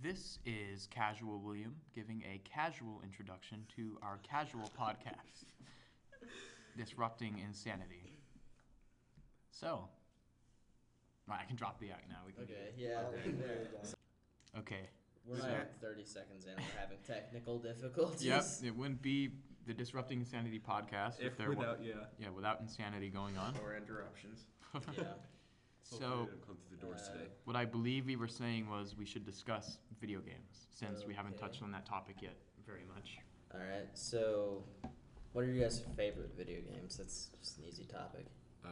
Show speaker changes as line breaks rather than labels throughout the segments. This is Casual William giving a casual introduction to our casual podcast, Disrupting Insanity. So, right, I can drop the act now. We can do
Okay,
it.
yeah.
Okay.
We're
So-
not 30 seconds in. We're having technical
Yep,
difficulties.
it wouldn't be the Disrupting Insanity podcast if,
If
there
without,
was
yeah,
yeah without insanity going on.
Oh,
or interruptions.
Yeah.
so.
didn't come through the doors
Uh,
today.
What I believe we were saying was we should discuss video games since we haven't
Okay.
touched on that topic yet very much.
All right. So, what are you guys' favorite video games? That's just an easy topic.
Uh,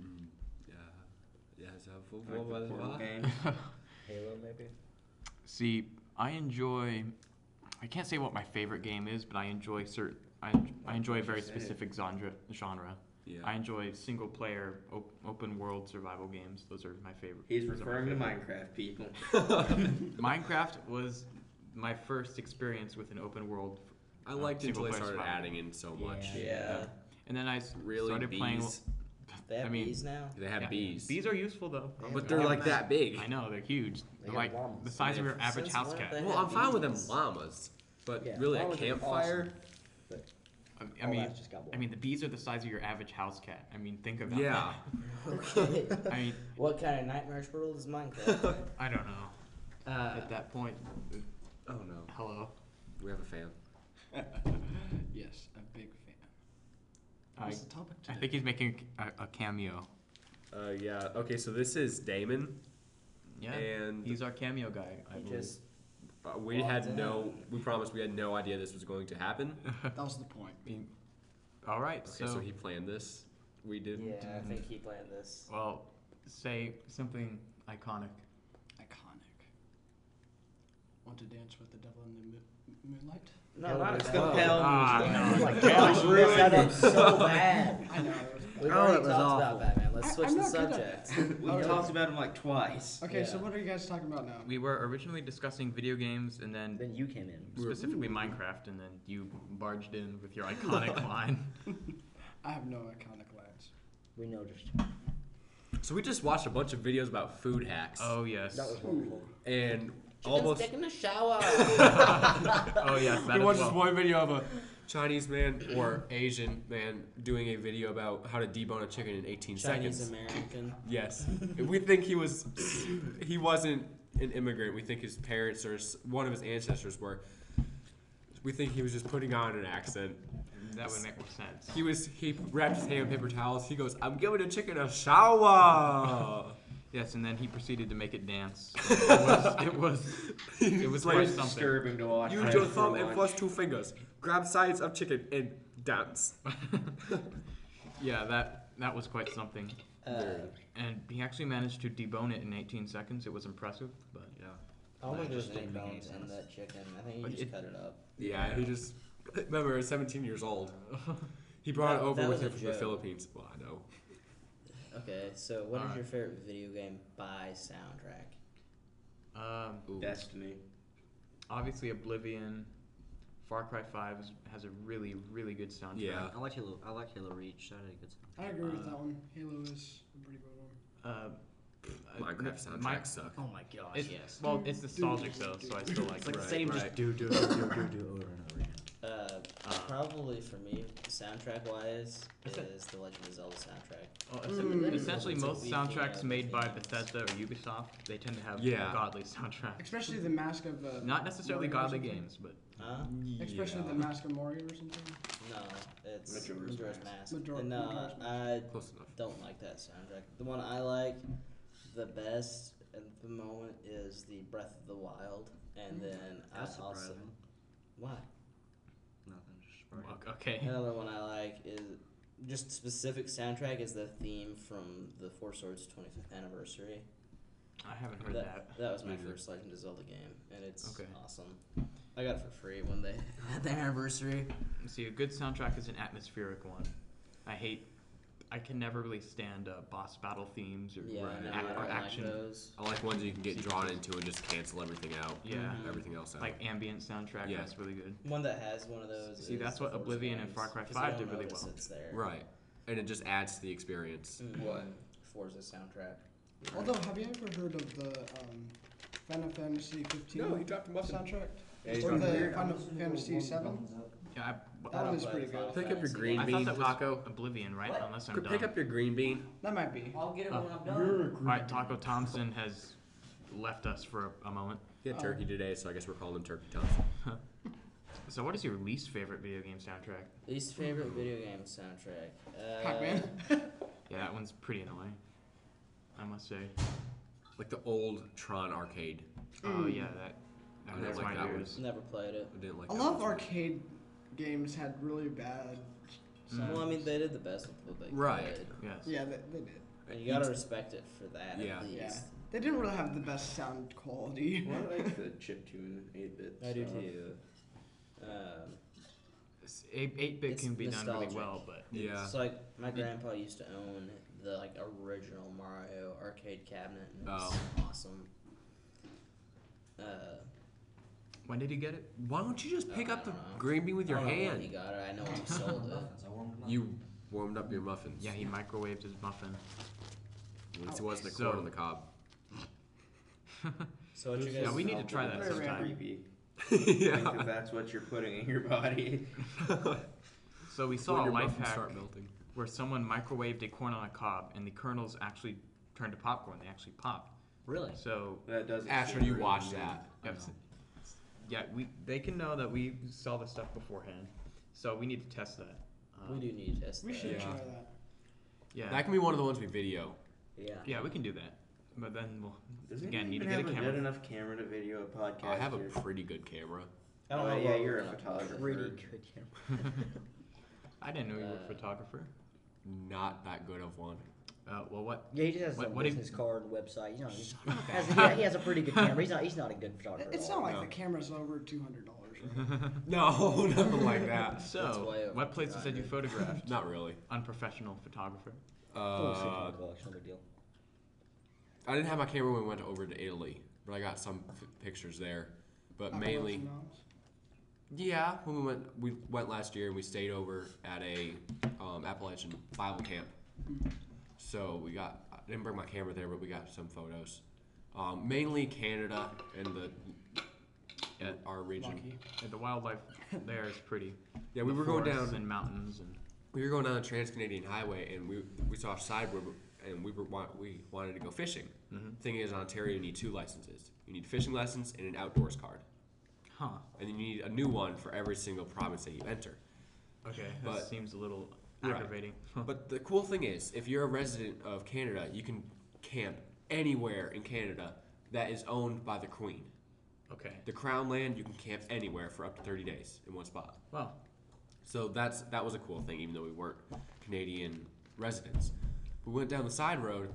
mm, yeah, yeah. So what,
Like the
what,
portal
what?
game.
Halo, maybe.
See, I enjoy. I can't say what my favorite game is, but I enjoy certain. I, en- I enjoy a very
Say it.
specific genre. Genre.
Yeah.
I enjoy single-player op- open-world survival games. Those are my favorite.
He's
those are my
referring to
favorite.
Minecraft people.
Minecraft was my first experience with an open-world.
I liked it until
single-player
they started
survival.
adding in so much.
Yeah.
And then I s-
Really,
started
bees.
playing.
They have
I mean,
bees now.
They have
Yeah.
bees.
Bees are useful though.
They have
but they're like
llamas.
that big.
I know they're huge. They're
got
like
llamas.
the size of your
They've-
average
since
house
when have they
cat.
Well, I'm fine with them
Bees.
llamas, but
Yeah,
really a
llamas are
campfire.
I- I
All
mean,
that's just got
I
one.
mean, the bees are the size of your average house cat. I mean, think about
Yeah.
Okay.
that. I mean,
what kind of nightmarish world is Minecraft?
I don't know.
Uh,
At that point,
Oh no,
hello.
we have a fan.
Yes, a big fan.
I,
What's the topic
I
today?
think he's making a, a cameo.
Uh, yeah. Okay, so this is Damon.
Yeah,
And-
he's our cameo guy. I
He
believe.
just
Uh, we
Well,
had
damn.
no. We promised we had no idea this was going to happen. Okay,
that was the point.
All right.
so, he planned this. We did.
yeah, I think he planned this.
well, say something iconic.
Iconic. Want to dance with the devil in the mo- moonlight?
No, not Hell.
Hell, Hell.
Ah,
Oh
no.
my
Like,
gosh,
gosh,
you
we
ruined
that up
it.
so bad.
I know.
We've
Oh,
already
it
talked
was
about
awful.
Batman. Let's
I-
switch
I'm
the
not good at
subject.
we talked about him like twice.
Okay, so
Yeah.
what are you guys talking about now?
We were originally discussing video games, and then
Then you came in.
specifically Minecraft, and then you barged in with your iconic line.
I have no iconic lines.
We noticed.
So we just watched a bunch of videos about food hacks.
Oh yes.
That was wonderful.
and almost
taking a shower.
oh yes. That as well.
one video of a Chinese man or Asian man doing a video about how to debone a chicken in 18
Chinese
seconds.
American.
Yes, we think he was. He wasn't an immigrant. We think his parents or s- one of his ancestors were. We think he was just putting on an accent.
That would make more sense.
He was. He wrapped his hand in paper towels. He goes, "I'm giving a chicken a shower."
Yes, and then he proceeded to make it dance. it was, it was, it was
like
worth
It's
something.
disturbing to watch.
Use
right
your
before
thumb and
lunch.
flush two fingers. Grab sides of chicken and dance.
Yeah, that that was quite something.
Uh,
And he actually managed to debone it in 18 seconds. It was impressive, but
Yeah.
I don't think
That
there's
just
any
didn't make any
bones in
sense.
that chicken. I think you
But
just
it-
cut it up.
Yeah, he just remember, at 17 years old. He brought
That-
it over
that
with
was
him
a
from the
joke.
Philippines. Well, I know.
Okay, so what is
Alright.
your favorite video game by soundtrack?
um,
Destiny.
obviously Oblivion, Far Cry 5 is, has a really really good soundtrack.
Yeah.
I like Halo. I like Halo Reach. That had a good sound.
I agree
Uh,
with that one. Halo is a pretty good one.
Uh,
Minecraft
uh,
soundtracks
Mi-
suck.
Oh my gosh,
it's, Well, it's nostalgic though, so I still like
It's like
it.
the
Right,
same,
right.
just do do do do do do over and over again.
Uh,
Uh.
probably for me, soundtrack wise,
Is it-
is the Legend of Zelda soundtrack.
Well,
Mm.
Essentially,
It's a
most
weak,
soundtracks
uh,
made by
thing.
Bethesda or Ubisoft, they tend to have
Yeah.
godly soundtracks.
Especially the Mask of. Uh,
Not necessarily
Mario or
godly
something.
games, but
Huh?
Especially the Mask of Mario or something.
No, it's
Majora's
Majora's
Mask.
Mask.
Majora-
no,
Majora's
I
Close enough.
don't like that soundtrack. The one I like the best at the moment is the Breath of the Wild,
Hmm.
and then I
That's
also
surprising.
why
Nothing, just
Well,
surprising.
okay.
Another one I like is just specific soundtrack is the theme from the Four Swords 25th anniversary.
I haven't heard that.
that, was my
Neither.
first Legend of Zelda game, and it's
Okay.
awesome. I got it for free when they had their anniversary.
See, a good soundtrack is an atmospheric one. I hate. I can never really stand uh, boss battle themes or,
Yeah,
or ac-
no, I
or
don't
action.
like those.
I like ones you can get drawn into and just cancel everything out. Mm-hmm.
yeah,
Mhm.
Everything else out.
like ambient soundtrack.
Yeah.
That's really good.
One that has one of those.
See,
is
that's
the
what
Four
Oblivion and Far
Swords,
Cry
'cause you
5 did
don't
really
notice
well.
It's there.
right. And it just
Mm.
adds to the experience.
Mhm.
What?
Forza soundtrack.
Although, have you ever heard of the um, Final Fantasy 15
No, he dropped a muffin.
soundtrack.
Yeah, he
Or
dropped-
the Final Fantasy 7.
Yeah, I,
That
don't
was
play
pretty
the
good.
Final
Pick up your
Fantasy
green
games.
I
bean
thought that was
taco.
Oblivion, right?
What?
Unless I'm
Could
done.
Pick up your green bean.
That might be.
I'll get it when I'm done.
All right, Taco Thompson has left us for a, a moment.
He had
Oh.
turkey today, so I guess we're calling him Turkey Thompson.
So, what is your least favorite video game soundtrack?
Least favorite video game soundtrack. Uh,
Pac-Man.
Yeah, that one's pretty annoying. I must say.
Like the old Tron arcade.
Oh
Hmm.
yeah, that that
I don't
hurts
like
my
that one.
ears.
Never played it.
I didn't like
I
that
love
one.
arcade games had really bad.
Mm-hmm.
Mm.
Well, I mean, they did the best with what they
Right.
could.
Yes.
Yeah, they, they did.
And you gotta respect it for that
Yeah.
at least.
Yeah. They didn't really have the best sound quality.
Well, I like the chip tune eight bit.
I do
stuff.
too. Um,
It's- Eight eight bit
It's
can be done really
nostalgic.
well, but
Yeah.
It's like my grandpa used to own the like original Mario arcade cabinet. And it was
Oh.
awesome. Uh,
when did you get it?
Why don't you just
Oh,
pick
I
up the
don't know.
green bean with your
I don't know when He
hand?
got it. I know he sold it.
You warmed up your muffins.
Yeah, he microwaved his muffin.
At
Oh,
least it wasn't a
So-
corn on the cob.
So what you guys?
Yeah, we need to
thought
try
about
that
this?
Very
sometime.
creepy. Think
yeah.
that that's what you're putting in your body.
So we saw a
your
life
muffins
hack
start melting.
where someone microwaved a corn on a cob, and the kernels actually turned to popcorn. They actually popped.
Really?
So
That doesn't.
After
seem
you
real.
watch that.
yeah, it's- it's- yeah, we they can know that we saw this stuff beforehand. So we need to test that.
We
Uh,
Um,
do need to test
We
that.
should
Yeah.
try that.
Yeah.
That can be one of the ones we video.
Yeah.
yeah, we can do that. But then we'll
Does
again
anyone
need to
even
get a
have
camera.
good enough camera to video a podcast.
I have a
here?
pretty good camera.
I don't
Oh,
know
yeah,
what
you're
we're
a
gonna put
photographer.
Pretty good camera.
I didn't know you were
Uh,
a photographer.
Not that good of one.
Uh, well, what?
Yeah, he just has
What-
a
what if-
business card and website. You know, he's, has a, he, he has a pretty good camera. He's not. He's not a good photographer.
It-
at
It's
all.
not like
No.
the camera's over two hundred dollars. Right?
No, nothing like that.
way
So,
over
what places had you
200.
photographed?
Not really.
Unprofessional photographer.
Oh, shit,
Uh,
no collection, no big deal.
I didn't have my camera when we went over to Italy, but I got some f- pictures there. But mainly, yeah, when we went, we went last year and we stayed over at a um, Appalachian Bible camp. So we got, I didn't bring my camera there, but we got some photos. Um, mainly Canada and the
Yeah.
our region.
Lucky.
Yeah, the wildlife there is pretty.
Yeah, we
The
were going
forests
down.
and mountains and
we were going down the Trans Canadian Highway and we we saw a sideboard and we were wa- we wanted to go fishing. Thing is, in Ontario, you need two licenses. You need a fishing license and an outdoors card,
huh.
and you need a new one for every single province that you enter.
Okay, that
But-
seems a little
Right.
aggravating.
But the cool thing is, if you're a resident of Canada, you can camp anywhere in Canada that is owned by the Queen.
okay.
The Crown land, you can camp anywhere for up to 30 days in one spot.
Well,
So that's that was a cool thing, even though we weren't Canadian residents. We went down the side road,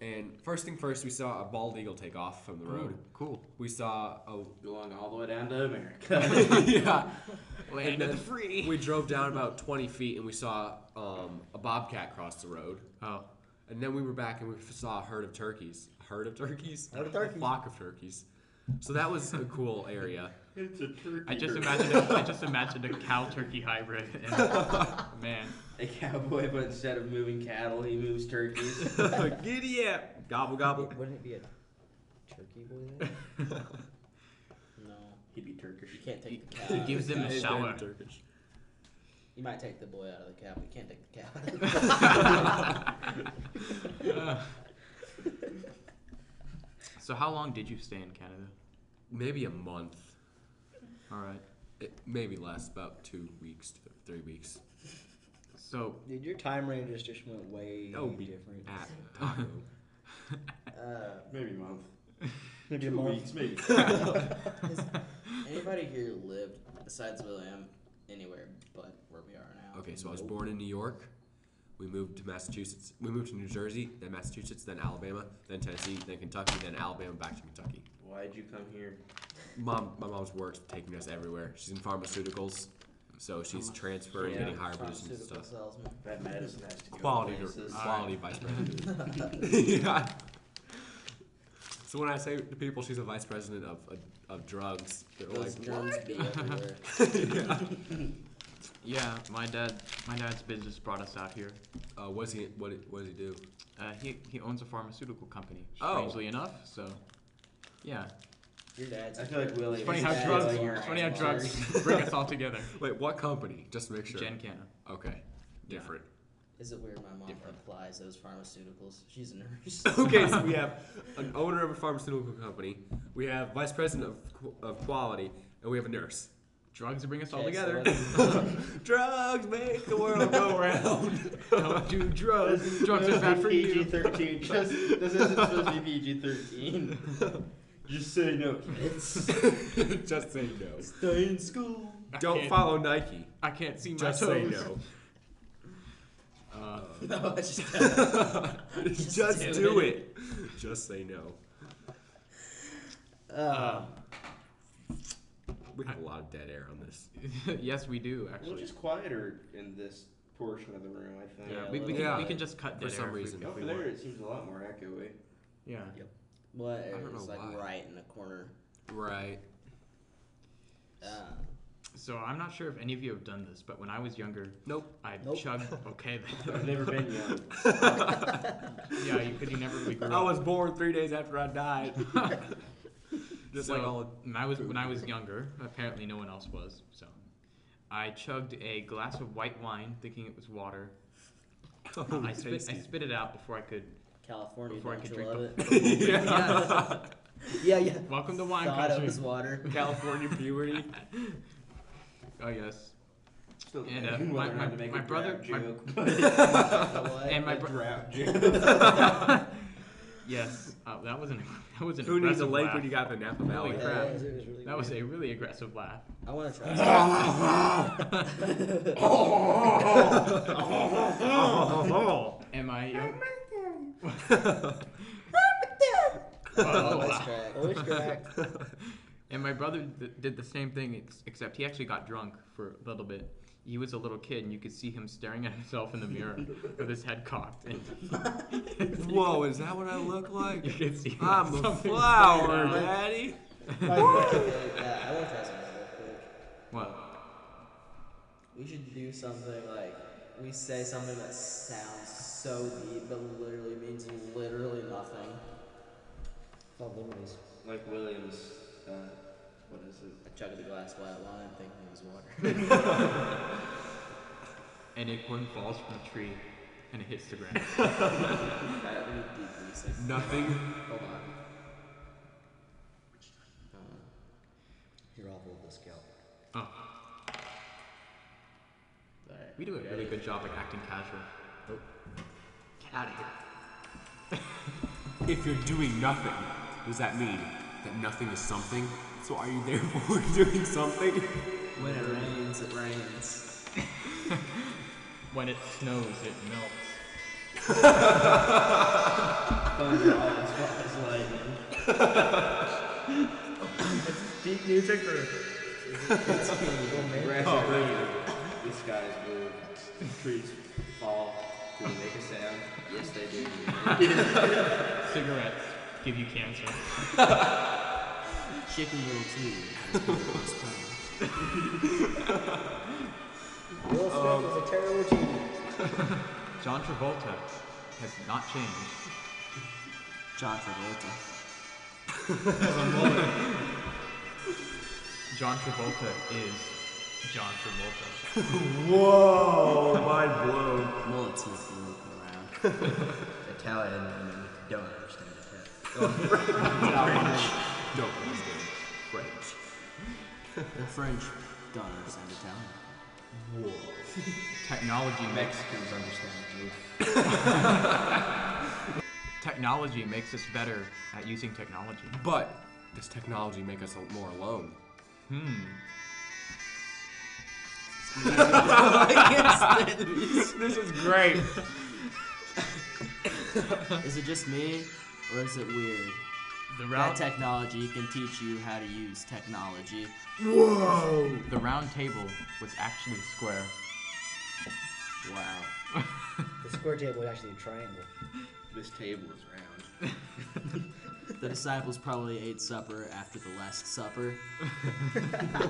and first thing first, we saw a bald eagle take off from
Mm.
the road.
cool.
We saw a
Going all the way down to America.
yeah.
Land of the
then
free.
We drove down about 20 feet, and we saw um, a bobcat cross the road.
Oh,
And then we were back, and we saw a herd of turkeys. A herd of turkeys.
Herd of turkeys.
A flock of turkeys. So that was a cool area.
it's a turkey.
I just
bird.
imagined. A, I just imagined a cow turkey hybrid. And, man,
a cowboy, but instead of moving cattle, he moves turkeys.
Giddy up, gobble gobble.
Wouldn't it be a turkey boy? Then?
No,
He'd be Turkish.
you can't take the
he
cow.
gives them a
It's
shower.
been Turkish.
You might take the boy out of the cow, but you can't take the cow. Out of the
So how long did you stay in Canada?
Maybe a month.
All right.
It maybe less, about two weeks, to three weeks.
So
Dude, your time ranges just went way
Oh, be-
different.
At Taco.
Uh,
Maybe a month.
Maybe a month.
maybe.
Anybody here lived besides William anywhere but where we are now?
okay, so I was born in New York. We moved to Massachusetts. We moved to New Jersey, then Massachusetts, then Alabama, then Tennessee, then Kentucky, then Alabama, back to Kentucky.
Why'd you come here?
Mom, my mom's work's taking us everywhere. She's in pharmaceuticals, so she's transferring,
Oh, Yeah,
getting higher positions and
Pharmaceutical
stuff.
salesman.
That medicine has to go
Quality, dir-
places.
quality vice president. yeah. So when I say to people she's a vice president of of, of drugs, they're like,
Those germs be everywhere.
yeah, my dad, my dad's business brought us out here.
uh, what's he? What, what does he do?
Uh, he he owns a pharmaceutical company.
Oh.
Strangely enough, so yeah,
Your dad's.
I feel like Willie.
It's funny
is
how
bad,
drugs.
like, your
It's funny how
eyes
drugs bring us all together.
Wait, what company? Just to make sure.
Gen Canna.
Okay, different.
Is it weird my mom
Different.
applies those pharmaceuticals? She's a nurse.
okay, so we have an owner of a pharmaceutical company, we have vice president of, qu- of quality, and we have a nurse.
Drugs bring us all
Okay, so
together.
Drugs make the world go round.
Don't do drugs. Drugs are bad for
PG
you.
thirteen. Just this isn't supposed to be PG thirteen.
Just say no.
It's
Just say no.
stay in school.
I
Don't
can't-
follow Nike.
I can't see my
Just say
toes.
no. Uh,
No, I just
just,
do
do it. Just say no.
Uh,
We have a lot of dead air on this.
yes, we do
We're
actually.
just quieter in this portion of the room, I think.
yeah,
Yeah,
we, we,
yeah.
can, we can just cut
For
dead
some
air if we-
reason.
Over there, it seems a lot more echoey.
Yeah.
What
don't
area is
know
like
why.
right in the corner?
Right.
Uh,
So I'm not sure if any of you have done this, but when I was younger,
Nope.
I
Nope.
chugged. Okay.
I've never been young.
yeah, you could. You never really grew
I
up.
was born three days after I died. Just like
So,
all.
when I was when I was younger, apparently no one else was. So, I chugged a glass of white wine, thinking it was water.
Oh,
I spit I
tasty.
spit it out before I could.
California,
Before I
don't
could
you
drink
love
the-
it?
yeah.
yeah, yeah.
Welcome to wine
Thought it
country.
was water.
California puberty.
Oh yes.
Still
And, uh,
wondering
my-
how to
my-
make
my
a
brother-
drought
my-
joke.
And my
A
bro-
drought joke.
yes. Uh, that was an that was an
Who needs a
aggressive
lake
laugh.
when you got the Napa
Holy
Valley?
crap.
Yeah, it was-
That was a really aggressive laugh.
I want to try.
Oh,
Oh.
Am oh, I? young?
Always
Whoa.
crack. Always crack.
oh, And my brother th- did the same thing, ex- except he actually got drunk for a little bit. He was a little kid, and you could see him staring at himself in the mirror with his head cocked. And
Whoa, is that what I look like?
you could see
I'm a
something
flower,
going on.
daddy.
Yeah, I want to try something real quick.
What?
We should do something like we say something that sounds so deep but literally means literally nothing.
Oh, Lordy's.
like Williams. Uh, what is it?
I chugged a glass of white wine thinking it was water.
An acorn falls from a tree, and it hits the ground.
Alright, we need deep music.
Nothing.
Hold on.
Here, I'll hold this scalp.
Oh,
Alright.
we do a really good job at acting casual. Oh.
Nope.
Get out of here.
If you're doing nothing, does that mean that nothing is something? So are you therefore doing something?
When it rains, it rains.
When it snows, it melts.
Thunder always follows lightning.
Deep music or
Grass is green. The sky is blue. Trees fall. Do they make a sound? Yes, they do.
cigarettes give you cancer.
Chicken little too.
Will Smith was a terrible genius.
John Travolta has not changed.
John Travolta.
John Travolta is John Travolta.
Whoa, mind blown.
Mullet's not looking around. Italian women don't understand Italian.
Don't understand French.
They're French. Don't understand Italian.
Whoa.
Technology makes
Mexicans understand English.
technology makes us better at using technology.
But does technology make us al- more alone?
This is great.
Is it just me, or is it weird?
The
That
round
technology can teach you how to use technology.
Whoa.
the round table was actually square.
Wow.
The square table is actually a triangle.
This table is round.
The disciples probably ate supper after the Last Supper.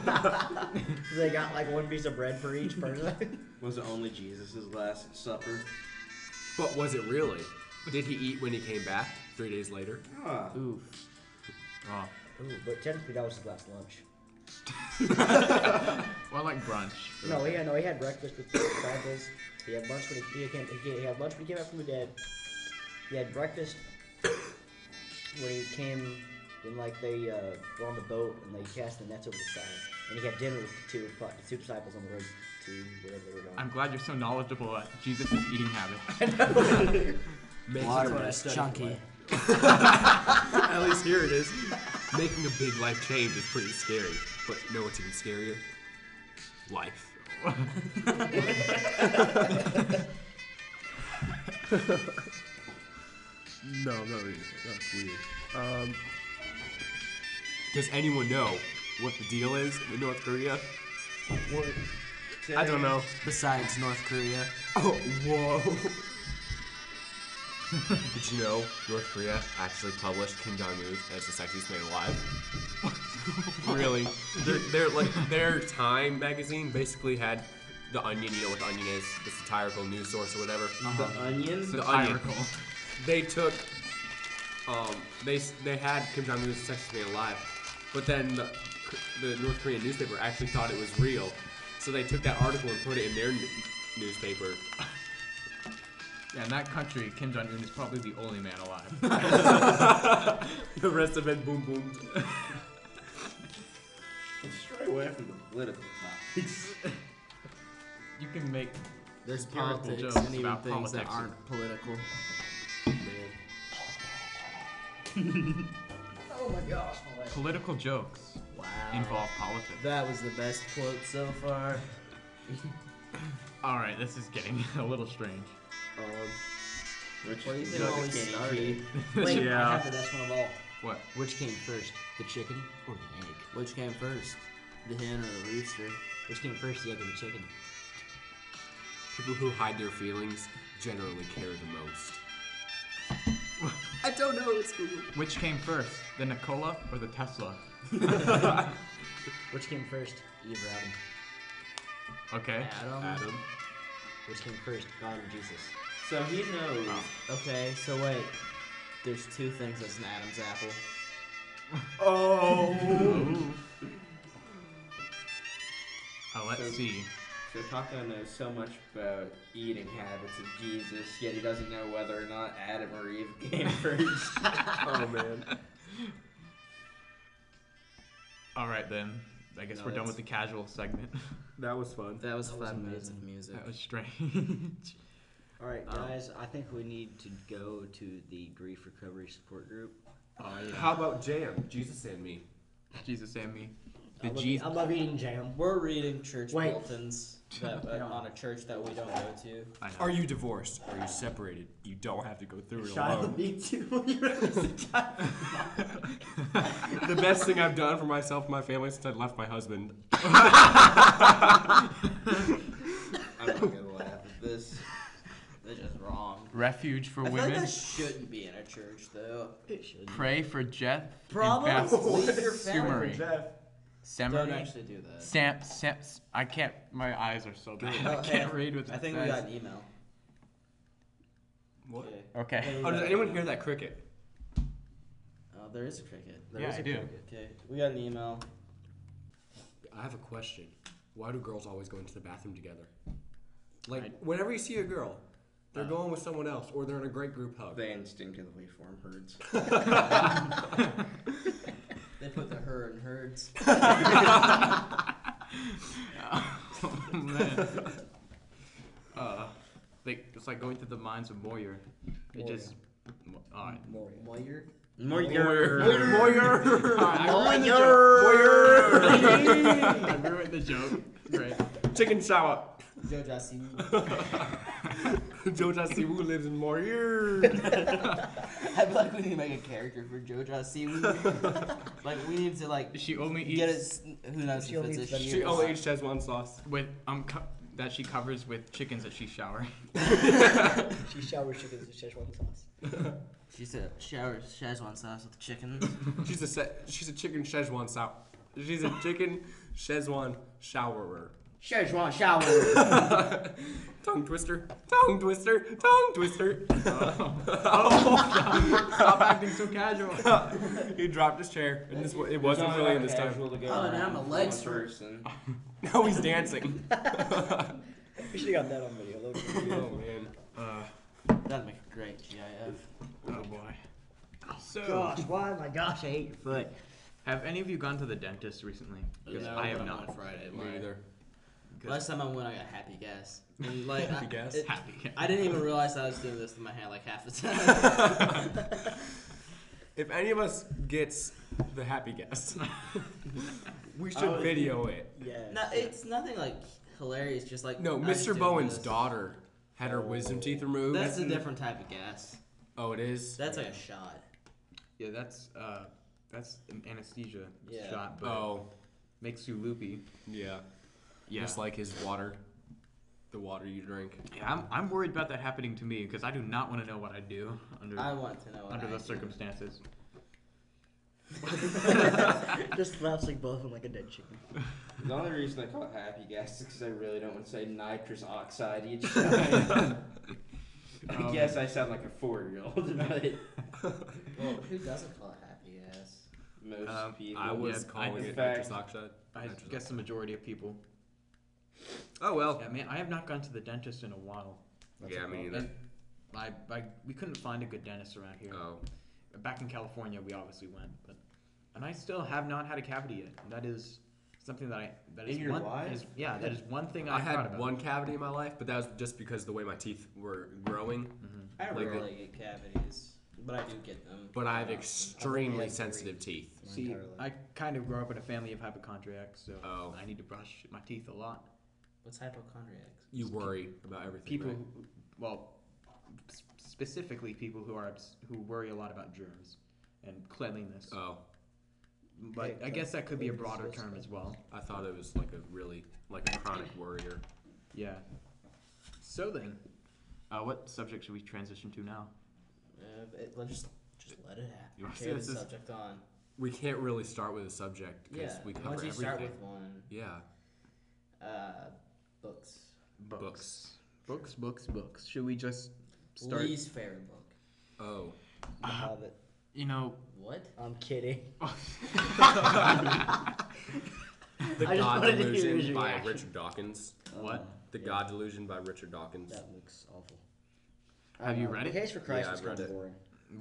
So they got like one piece of bread for each person.
Was it only Jesus' last supper?
But was it really? Did he eat when he came back three days later?
Huh.
Oof.
Oh,
Ooh, but technically that was his last lunch.
Well, like brunch.
No, he had no. He had breakfast with the disciples. He had lunch when he, he, came, he, came, he had lunch when he came back from the dead. He had breakfast when he came when like they uh, were on the boat and they cast the nets over the side. And he had dinner with the two apo- the two disciples on the road to wherever they were going.
I'm glad you're so knowledgeable at Jesus' eating habits.
Water is chunky.
At least here it is. Making a big life change is pretty scary, but no, what's even scarier? Life.
No, I'm not reading it. That's weird. Um,
Does anyone know what the deal is with North Korea? I don't know.
Besides North Korea,
Oh, whoa. Did you know North Korea actually published Kim Jong Un as the sexiest man alive? really? Their, their like their Time magazine basically had the Onion. You know what the Onion is? The satirical news source or whatever.
the onions.
The Onion. They took. Um, they s- they had Kim Jong Un as the sexiest man alive, but then the, the North Korean newspaper actually thought it was real, so they took that article and put it in their n- newspaper.
Yeah, in that country, Kim Jong Un is probably the only man alive.
The rest of it boom boomed.
Stray away from the political topics.
You can make
There's
Satirical
politics
jokes
and even
about
things that
politics.
aren't political.
oh my gosh, my leg.
political jokes
Wow.
involve politics.
That was the best quote so far.
All right, this is getting a little strange.
Um, Which
Well, you
is
can always start it.
Wait,
Yeah.
I have the best one of all.
What?
Which came first, the chicken or the egg? Which came first, the hen or the rooster?
Which came first, the egg or the chicken?
People who hide their feelings generally care the most. I don't know. It's Google.
Which came first, the Nikola or the Tesla?
Which came first, Eve or Adam?
Okay.
Adam.
Adam.
Which came first, God or Jesus?
So he knows.
oh.
Okay, so wait. There's two things that's an Adam's apple.
Uh, let's see.
So Taco knows so much about eating habits of Jesus, yet he doesn't know whether or not Adam or Eve came first.
Oh man.
All right then. I guess
No,
we're done
that's-
with the casual segment.
That was fun.
That was five minutes of music.
that was strange.
All right, guys, I think we need to go to the grief recovery support group.
How about Jam? Jesus and me.
Jesus and me.
I
The
love,
G.
I love eating jam.
We're reading church
Wait.
bulletins that, uh, on a church that we don't go to.
I know.
Are you divorced? Are you separated? You don't have to go through it
Child
alone.
me too. when you're a child.
the best thing I've done for myself and my family since I left my husband.
I'm not gonna laugh at this.
That's just wrong.
Refuge for
I feel like
women.
that shouldn't be in a church though.
It should.
Pray for Jeff and
Probably
Beth
leave your family.
Sumery.
Don't
Semery.
actually do that.
Sam. Sam. I can't. My eyes are so bad. I can't read with.
Oh, I think we got an email.
What?
Okay.
Okay.
Oh, does anyone hear that cricket?
Oh, there is a cricket.
Yeah, I do.
Okay, we got an email.
I have a question. Why do girls always go into the bathroom together? Like, whenever you see a girl, they're going with someone else, or they're in a great group hug.
They instinctively form herds.
They put the her in herds.
Oh, Man. Uh, like it's like going through the minds of Moyer. It just. uh, Mo- All right.
Moyer.
More
I ruined the joke. I ruined the joke. Great.
Chicken shower.
Joe Jassy.
Joe Siwu lives in Moyer.
I feel like we need to make a character for JoJo Siwu. like we need to like
She only eats
get us. Who knows
She
if
only
it's a
eats vegetables.
she
she
only eats Szechuan sauce.
with um co- that she covers with chickens that she's showering.
She showers chickens with Szechuan sauce.
She said shower Szechuan sauce with chicken.
She's a se- she's a chicken Szechuan sow. She's a chicken Szechuan showerer.
Szechuan shower.
Tongue twister. Tongue twister. Tongue twister.
Stop acting so casual.
he dropped his chair, and this, wa- it wasn't really in this time.
Oh, now my legs hurt.
person.
Now he's dancing.
we should have got that on video. That would've been
oh
good.
man.
Uh,
That'd make a great GIF.
oh boy. So,
gosh, why? My gosh, I hate your foot.
have any of you gone to the dentist recently? Because I have not.
Friday.
Me either.
Last time I went, I got happy gas. And like,
Happy
I,
gas?
it-
Happy.
I didn't even realize I was doing this in my hand like half the time.
If any of us gets the happy guess, we should
Oh,
video it.
Yeah.
no, it's nothing like hilarious. Just like
No,
I'm
Mr.
doing
Bowen's
this.
daughter had her wisdom teeth removed.
That's a different type of gas.
oh, it is.
That's like a shot.
Yeah, that's uh, that's an anesthesia
Yeah.
shot, but
oh,
makes you loopy.
yeah.
Yeah.
Just like his water, the water you drink.
yeah I'm, I'm worried about that happening to me because I do not want to know what I do under
I want to know. What
under
I
those
do.
circumstances.
Just slapstick both of them like a dead chicken.
The only reason I call it happy gas is because I really don't want to say nitrous oxide each time. I guess I sound like a four-year-old, but
Well, who doesn't call it happy gas?
most
Um,
people.
I was
Yeah, I-
calling
in
it
fact-
nitrous oxide.
I
Nitrous
guess the majority of people.
Oh well.
Yeah, man, I have not gone to the dentist in a while.
yeah, I mean,
And I, I, we couldn't find a good dentist around here.
oh,
Back in California, we obviously went, but and I still have not had a cavity yet. And that is something that I that is
In your
one
life?
is- yeah that is one thing
I
I'm proud
had
about.
one cavity in my life, but that was just because the way my teeth were growing.
Mm-hmm.
I
Like
rarely get cavities, but I do get them.
But I have
Um,
extremely
had three.
sensitive teeth.
My
See,
entire life.
I kind of grew up in a family of hypochondriacs, so
Oh.
I need to brush my teeth a lot.
What's hypochondriacs?
You worry about everything.
People,
right?
who, well, s- specifically people who are obs- who worry a lot about germs and cleanliness.
Oh,
but I guess that could be a broader term as well.
I thought it was like a really like a chronic worrier.
Yeah. So then, uh, what subject should we transition to now?
Uh, it, let's just just let it
You wanna
happen.
say
Carry the
this is-
subject on.
We can't really start with a subject
Yeah.
because we cover
Once you
everything.
start with one,
yeah,
uh, books.
books.
Books, books, books. Should we just start?
Least favorite book.
Oh,
The Hobbit.
You know,
What?
I'm kidding.
The
I just
God
wanted to hear
Delusion
his
by
reaction. Uh-huh.
Richard Dawkins.
what?
The God Delusion by Richard Dawkins.
That looks awful.
Have you
Uh,
read
The
it?
Case for Christ
Yeah,
was
I've read
kind of
it.
boring.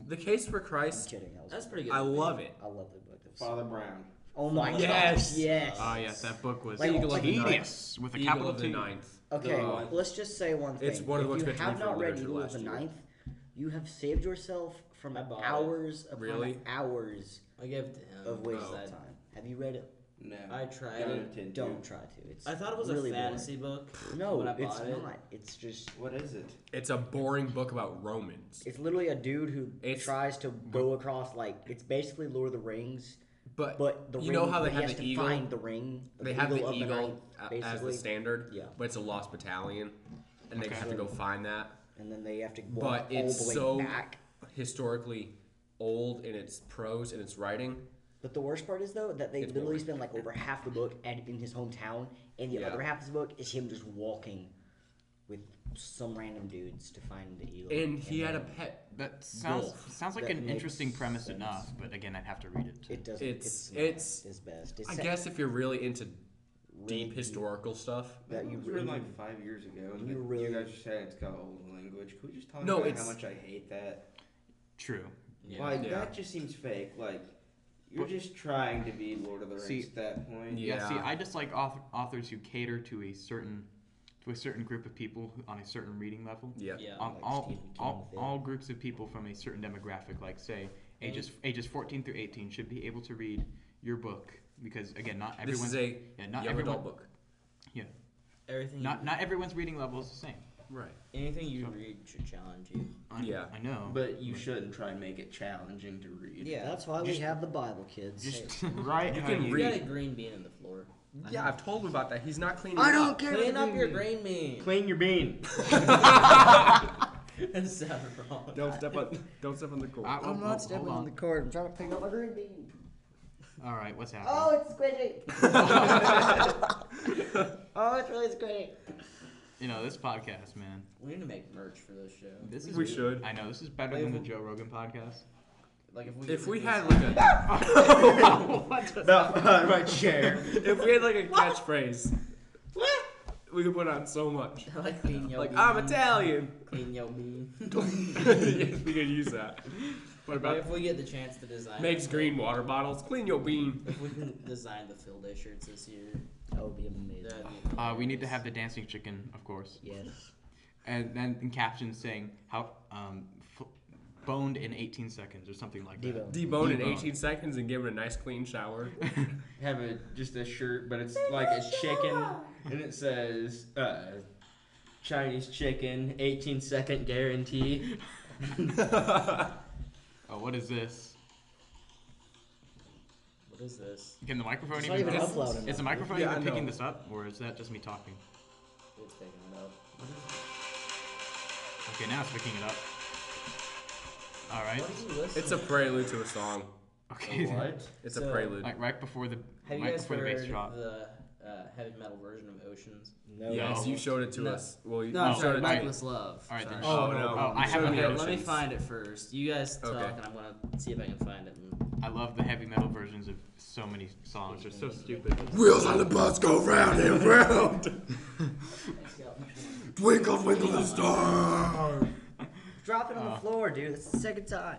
The Case for
I'm
Christ.
kidding. I was.
That's pretty good.
I love it.
I love the book. That was Uh,
Father Brown.
Oh my gosh.
Yes.
Yes.
Ah, yes, that book was
Like,
Eagle of the Ninth.
tedious with a
Eagle
capital
of the
T.
Ninth.
Okay,
No.
let's just say one thing.
It's one of the
if
ones
you
we had to read
have
for
not read
literature
Eagle of
last
the
year.
Ninth, you have saved yourself from
I bought it.
hours upon
Really?
hours
I gave it to him.
of wasted
Oh.
time. Have you read it?
No.
I tried
Don't
it.
intend to.
Don't try to. It's
I thought it was
really
a
boring.
fantasy book.
No,
when I
it's
bought it.
not. It's just
What is it?
It's a boring book about Romans,
it's literally a dude who
It's-
tries to go across like it's basically Lord of the Rings,
but
but the
you
ring,
know how they
he
have
has
the
to
eagle.
find the ring.
they have the
of
eagle
ninth,
a- as the
basically,
standard,
Yeah.
but it's a lost battalion, and they
Okay.
have to go find that.
and then they have to walk all
it's
the way
so-
back.
Historically old in its prose and its writing.
But the worst part is though that they
It's
literally
boring.
spend like over half the book and in his hometown, and the
Yeah.
other half of the book is him just walking with some random dudes to find the eagle.
And he had a
then
pet.
that sounds
Wolf.
sounds like
That
an
makes
interesting premise
sense.
enough, but again, I'd have to read it.
It doesn't.
It's- it's-
It's it's not his best. It's
I
set
guess if you're really into
really
deep historical stuff.
That
That
you
was written
really-
like five years ago. And
you
you,
really-
you guys are saying it's got old language. Could we just talk
No,
about
it's-
how much I hate that?
True.
Yeah.
Like
Yeah.
that just seems fake. Like you're just trying to be Lord of the Rings
See-
at that point.
Yeah. See,
Yeah.
I just like author, authors who cater to a certain to a certain group of people who- on a certain reading level.
Yeah.
Yeah.
Um,
Like
all,
Stephen King
all,
with it.
all groups of people from a certain demographic, like say ages
Mm-hmm.
ages 14 through 18, should be able to read your book because again, not
This
everyone's
is a
yeah, not
young
everyone
adult book.
yeah,
Everything.
not
you,
not everyone's reading level is the same.
Right.
anything you read should challenge you.
I,
Yeah.
I know.
But you shouldn't try and make it challenging to read.
Yeah.
That's why we
Just-
have the Bible, kids.
just right.
You
how
can
you-
You got a
Read.
green bean in the floor.
Yeah, I've told him about that. He's not cleaning.
I
it
don't
up.
care.
Clean
the
up
green
your
bean.
green bean.
Clean your bean.
That's so wrong.
Don't step on. Don't step on the court.
I-
I'm
hold
not stepping
on.
on the card. I'm trying to pick up my green bean.
All right, what's happening?
Oh, it's squidgy. oh, it's really squidgy.
You know this podcast, man.
We need to make merch for this show.
This is
We should.
I know this is better than the Joe Rogan podcast.
Like if we
If we had like a
Not
uh,
on my chair.
if we had like a catchphrase, we could put on so much.
like clean yo
Like
bean,
I'm Italian.
clean yo bean.
yes, we could use that. What
Like,
about
if we get the chance to design
makes
the-
green water bottles? Clean your bean.
If we can design the fill day shirts this year,
That would be amazing.
that'd be
Uh, we need to
hilarious.
have the dancing chicken, of course,
Yes.
and then in captions saying how um, f- boned in 18 seconds or something like that.
Debo.
Debone in
Debone.
18 seconds and give it a nice clean shower.
Have a just a shirt, but it's like a chicken, and it says uh, Chinese chicken, 18 second guarantee.
Oh, what is this?
What is this?
Can the microphone
It's not
even?
even
is,
up loud
is
enough.
the microphone
Yeah, I
even
know.
picking this up, or is that just me talking?
It's taking it up.
Okay, now it's picking it up. All right.
What are you listening?
It's a prelude to a song.
Okay.
It's a
So,
prelude.
Like right before the
Have you
right
guys
before the
heard
bass drop.
the uh, heavy metal version of Oceans?
No.
no.
yes, you showed it to
No.
us. Well, you,
No,
you
I'm
Oh,
showed
sorry,
it.
right.
Reckless Love.
All right, then
sorry.
Oh, no.
Oh, I
You
have
showed
it
me
here.
Let me
Oceans.
find it first. You guys talk,
Okay.
and I'm gonna see if I can find it. and-
I love the heavy metal versions of so many songs. They're so stupid.
Wheels on the bus go round and round. Twinkle, twinkle, the star.
Drop it on
Uh.
the floor, dude. That's the second time.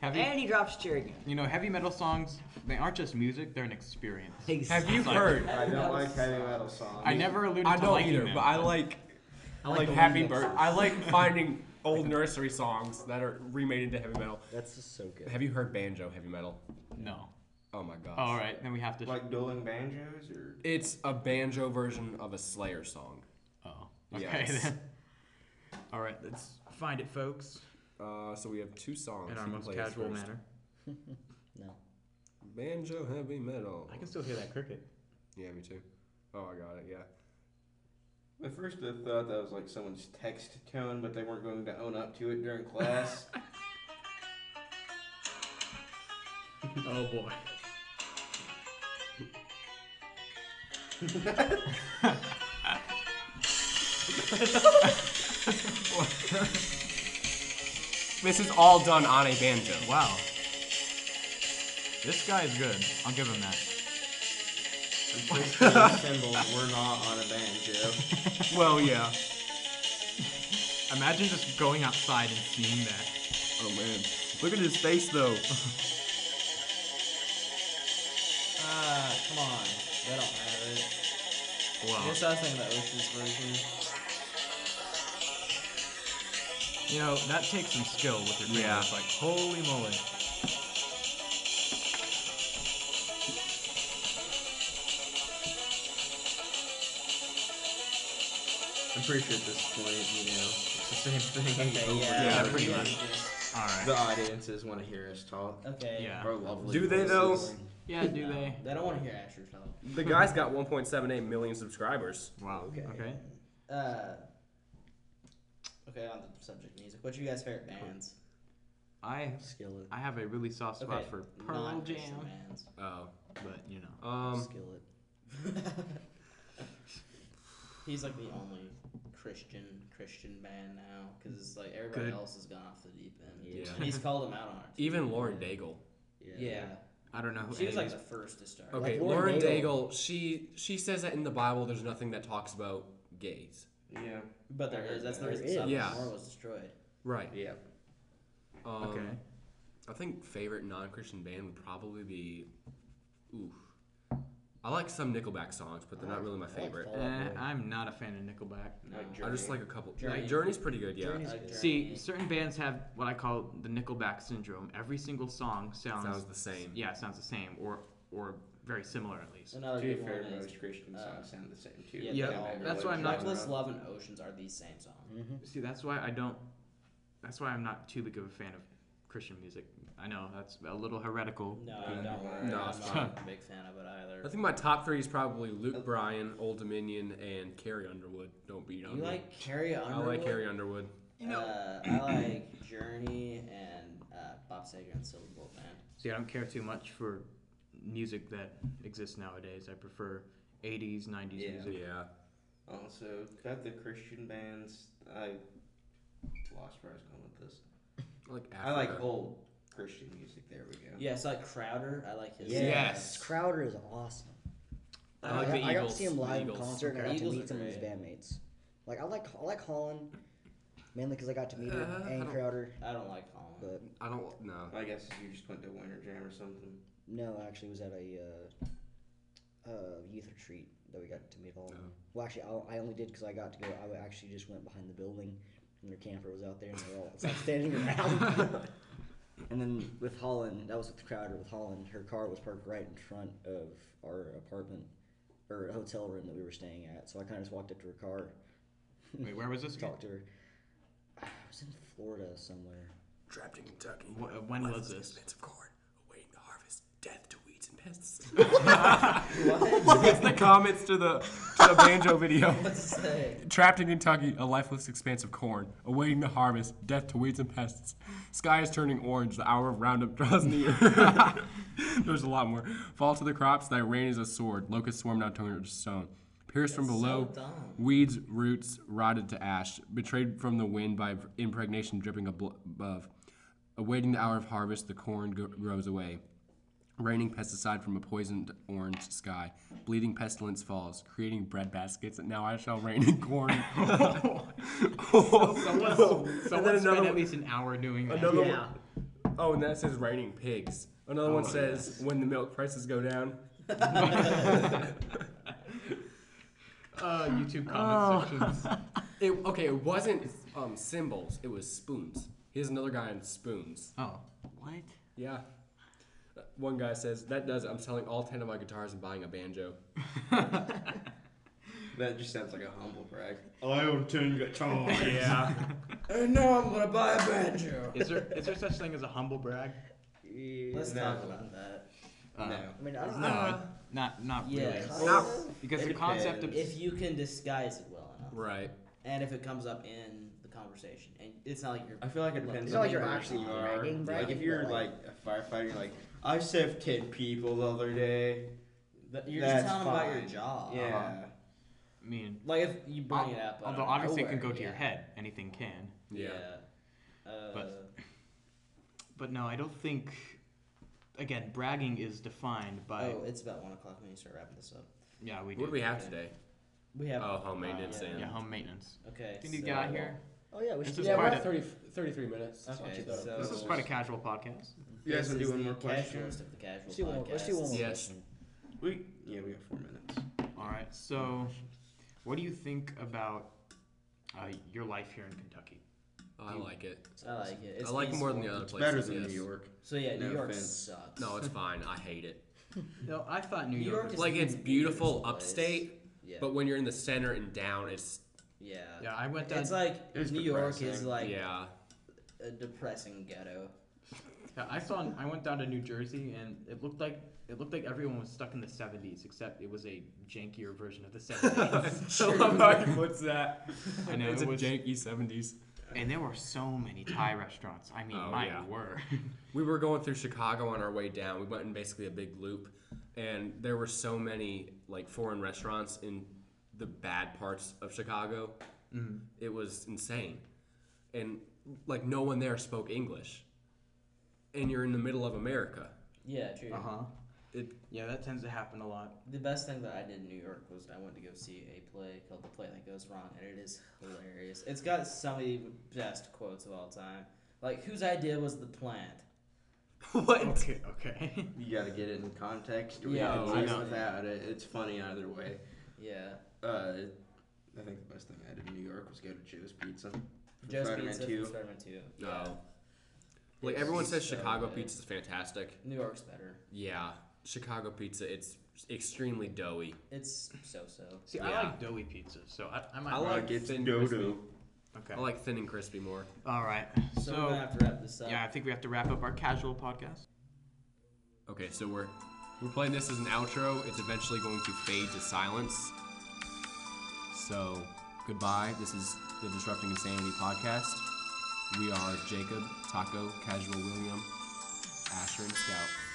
Heavy,
And he drops chair again.
you know, heavy metal songs. They aren't just music; they're an experience.
Have you
It's like-
heard?
I don't like heavy metal songs.
I never alluded
I
to
don't
liking
either,
them.
but I like I like, happy bird. I like finding old nursery songs that are remade into heavy metal.
That's just so good.
Have you heard banjo heavy metal?
no.
Oh my gosh.
All right, then we have to.
like dueling banjos or
It's a banjo version of a Slayer song.
oh, okay
Yes.
then. All right, let's find it, folks,
Uh, so we have two songs.
in our
You can
most
play us
casual
first.
manner.
Banjo heavy metal.
I can still hear that cricket.
Yeah, me too. Oh, I got it. Yeah.
At first, I thought that was like someone's text tone, but they weren't going to own up to it during class.
Oh boy.
This is all done on a banjo.
Wow. This guy is good. I'll give him that.
These symbols were not on a banjo.
Well, Oh, yeah.
Imagine just going outside and seeing that.
Oh man, look at his face though.
Ah, come on. They don't have it.
Wow.
This I was thinking the Oceans version.
You know, that takes some skill with your fingers.
Yeah.
Like, holy moly.
I'm pretty sure at this point, you know, it's the same thing.
Okay,
over
yeah.
and
Yeah,
over
pretty
again.
much. All right.
The audiences want to hear us talk.
Okay.
Yeah.
Our lovely
Do they though?
voices.
Yeah, do they?
They don't want to hear Asher talk.
The guy's got 1.78 million subscribers.
Wow. Okay.
Okay. Uh. Okay, on the subject of music, what's your guys' favorite bands?
I
Skillet.
I have a really soft spot
Okay,
for
not
Pearl Jam,
Christian bands.
Oh.
but you know.
Um.
Skillet.
He's like the only Christian Christian band now because like everybody
Good.
else has gone off the deep end.
Yeah.
And he's called him out on it.
Even Lauren Daigle.
Yeah.
I don't know who
She was
any of
like the
these-
first to start.
Okay,
Like
Lauren,
Lauren
Daigle.
Daigle.
She she says that in the Bible, there's nothing that talks about gays.
Yeah.
But there is. That's the reason
There
Sodom
is.
and Gomorrah was destroyed.
Right.
Yeah.
Um,
Okay.
I think favorite non-Christian band would probably be, oof. I like some Nickelback songs, but they're not really my
I like
favorite.
Fall Out
Eh,
Boy.
I'm not a fan of Nickelback.
Like
I just like a couple.
Journey.
like, Journey's pretty good, yeah.
Journey's
Like
good.
Journey.
See, certain bands have what I call the Nickelback syndrome. Every single song sounds,
Sounds the same.
Yeah, sounds the same or or very similar at least.
Another
To be
good
fair,
one is.
most Christian
uh,
songs sound the same too.
yeah,
Yeah,
they all
that's
were.
why I'm not-
Reckless Love and Oceans are the same song.
Mm-hmm.
See, that's why I don't. That's why I'm not too big of a fan of Christian music. I know that's a little heretical.
No,
Yeah.
don't worry.
No,
I'm
it's
not a big fan of it either.
I think my top three is probably
Oh.
Luke Bryan, Old Dominion, and Carrie Underwood. Don't beat on
You
me.
like Carrie
I
Underwood?
like Carrie Underwood.
You know, uh, I like Journey and uh, Bob Seger and Silver Bullet Band.
See, I don't care too much for music that exists nowadays. I prefer 80s, 90s
Yeah.
music.
Yeah.
Also, got the Christian bands. I lost where I was going with this.
I like Africa.
I like old Christian music. There we go.
Yeah, it's like Crowder. I like his.
Yes.
Yes.
Crowder is awesome.
I like the
I got to
Eagles.
see him
The
live in
Eagles.
concert, and I
Okay.
got to
Eagles are
meet some of his
great.
bandmates. Like I like I like Holland, mainly because I got to meet him
Uh, I
and
don't-
Crowder.
I don't like Colin.
But
I don't. No.
I guess you just went to Winter Jam or something.
no, actually, it was at a uh, uh, youth retreat that we got to meet all. of them. Well, actually, I, I only did because I got to go. I actually just went behind the building, and their camper was out there, and they were all outside standing around. and then with Holland, that was with Crowder. With Holland, her car was parked right in front of our apartment or hotel room that we were staying at. So I kind of just walked up to her car.
Wait, where was this? again?
talked to her. I was in Florida somewhere.
Trapped in Kentucky.
Wh- uh, when was
Lifeless
this?
expanse of corn, awaiting the harvest, death to weeds and pests.
It's the comments to the to the banjo video.
What's his name?
Trapped in Kentucky, a lifeless expanse of corn, awaiting the harvest, death to weeds and pests. Sky is turning orange, the hour of roundup draws near. There's a lot more. Fall to the crops, thy rain is a sword. Locusts swarm down to earth stone. Pierced from
That's so
below,
dumb.
weeds, roots rotted to ash. Betrayed from the wind by impregnation dripping ablo- above. Awaiting the hour of harvest, the corn go- grows away. Raining pesticide from a poisoned orange sky. Bleeding pestilence falls, creating bread baskets. And now I shall rain in corn.
Someone, someone
another
spent
one-
at least an hour doing that.
Another one. Oh, and that says raining pigs.
Oh
Another one says when the milk prices go down.
Uh, YouTube comment sections.
It, okay, it wasn't um, symbols. It was spoons. Here's another guy on spoons.
Oh, what?
Yeah. Uh, One guy says that does. It. I'm selling all ten of my guitars and buying a banjo.
That just sounds like a humble brag.
Yeah.
And now I'm gonna buy a banjo.
is there is there such thing as a humble brag?
Let's
No. Uh,
talk about that.
no.
I mean, I don't
No,
know.
it- not not really.
Yes.
Because
It
the concept of
If you can disguise it well enough,
Right.
and if it comes up in the conversation, and it's not like you're.
I feel like it
Look,
depends
it's
not
on
like
the
you're
person
actually
you are.
bragging,
like
bragging,
if you're
but,
like a firefighter, you're like I saved ten people the other day.
But you're
That's
just telling them about your
fine.
job.
Yeah.
I mean,
Like if you bring it up. out
although
of
obviously it can
nowhere,
go to your
yeah.
head. Anything can.
Yeah.
Yeah. Uh,
But- But no, I don't think. Again, bragging is defined by.
oh, it's about one o'clock. We need to start wrapping this up.
yeah, we
What
do.
do we have today?
We have.
Oh, home maintenance
yeah.
and.
yeah, home maintenance.
okay.
Can you
so-
get out here?
Oh yeah, we
This
should.
is
Yeah,
quite
we're-
a-
30, 33 minutes. That's not
Okay,
too bad.
so
This is quite a casual podcast.
You guys
this
wanna do
is
one
the
more question?
casualist of the casual
Let's do one more. Let's do
podcast.
one more.
Yes.
question.
We yeah we got four minutes.
All right. So, what do you think about uh, your life here in Kentucky?
Oh, I like it.
I like it. It's
I like it more than the
peaceful.
other
It's
places.
better than
yes.
New York.
So yeah,
No
New York
offense.
sucks.
No, it's fine. I hate it.
No, I thought New,
New
York.
York
was-
is-
Like it's
the
beautiful
weirdest place.
upstate,
Yeah.
but when you're in the center and down, it's
yeah.
yeah, I went down.
It's like
It's
New York is
depressing.
like
yeah.
a depressing ghetto.
Yeah, I saw. I went down to New Jersey, and it looked like it looked like everyone was stuck in the '70s, except it was a jankier version of the '70s.
I love how he puts that.
I know,
it's
it
a
was-
janky 70s.
and there were so many Thai restaurants. I mean,
Oh,
my
yeah.
word.
We were going through Chicago on our way down. We went in basically a big loop, and there were so many like foreign restaurants in the bad parts of Chicago. It was insane, and like no one there spoke English, and you're in the middle of America.
Yeah, true.
Uh huh.
It
Yeah, that tends to happen a lot.
The best thing that I did in New York was I went to go see a play called The Play That Goes Wrong, and it is hilarious. It's got some of the best quotes of all time. Like, whose idea was the plant?
what?
Okay. Okay.
You gotta get it in context. or you
Yeah,
gotta
I
do it
know.
Without it, it's funny either way.
Yeah.
Uh, I think the best thing I did in New York was go to Joe's Pizza. for
Joe's
Spider-Man Oh.
Pizza
2.
from Spider-Man 2.
No.
Yeah.
Like
It's
everyone
just
says,
so
Chicago
good.
pizza is fantastic.
New York's better.
Yeah, Chicago pizza. It's extremely doughy.
It's so-so.
See,
Yeah.
I like doughy pizza, so I, I might.
I like
it's
thin crispy.
dodo.
Okay.
I like thin and crispy more.
All right.
So, we're going to have to wrap this up.
yeah, I think we have to wrap up our casual podcast.
Okay, so we're we're playing this as an outro. It's eventually going to fade to silence. So goodbye. This is the Disrupting Insanity podcast. We are Jacob, Taco, Casual William, Asher, and Scout.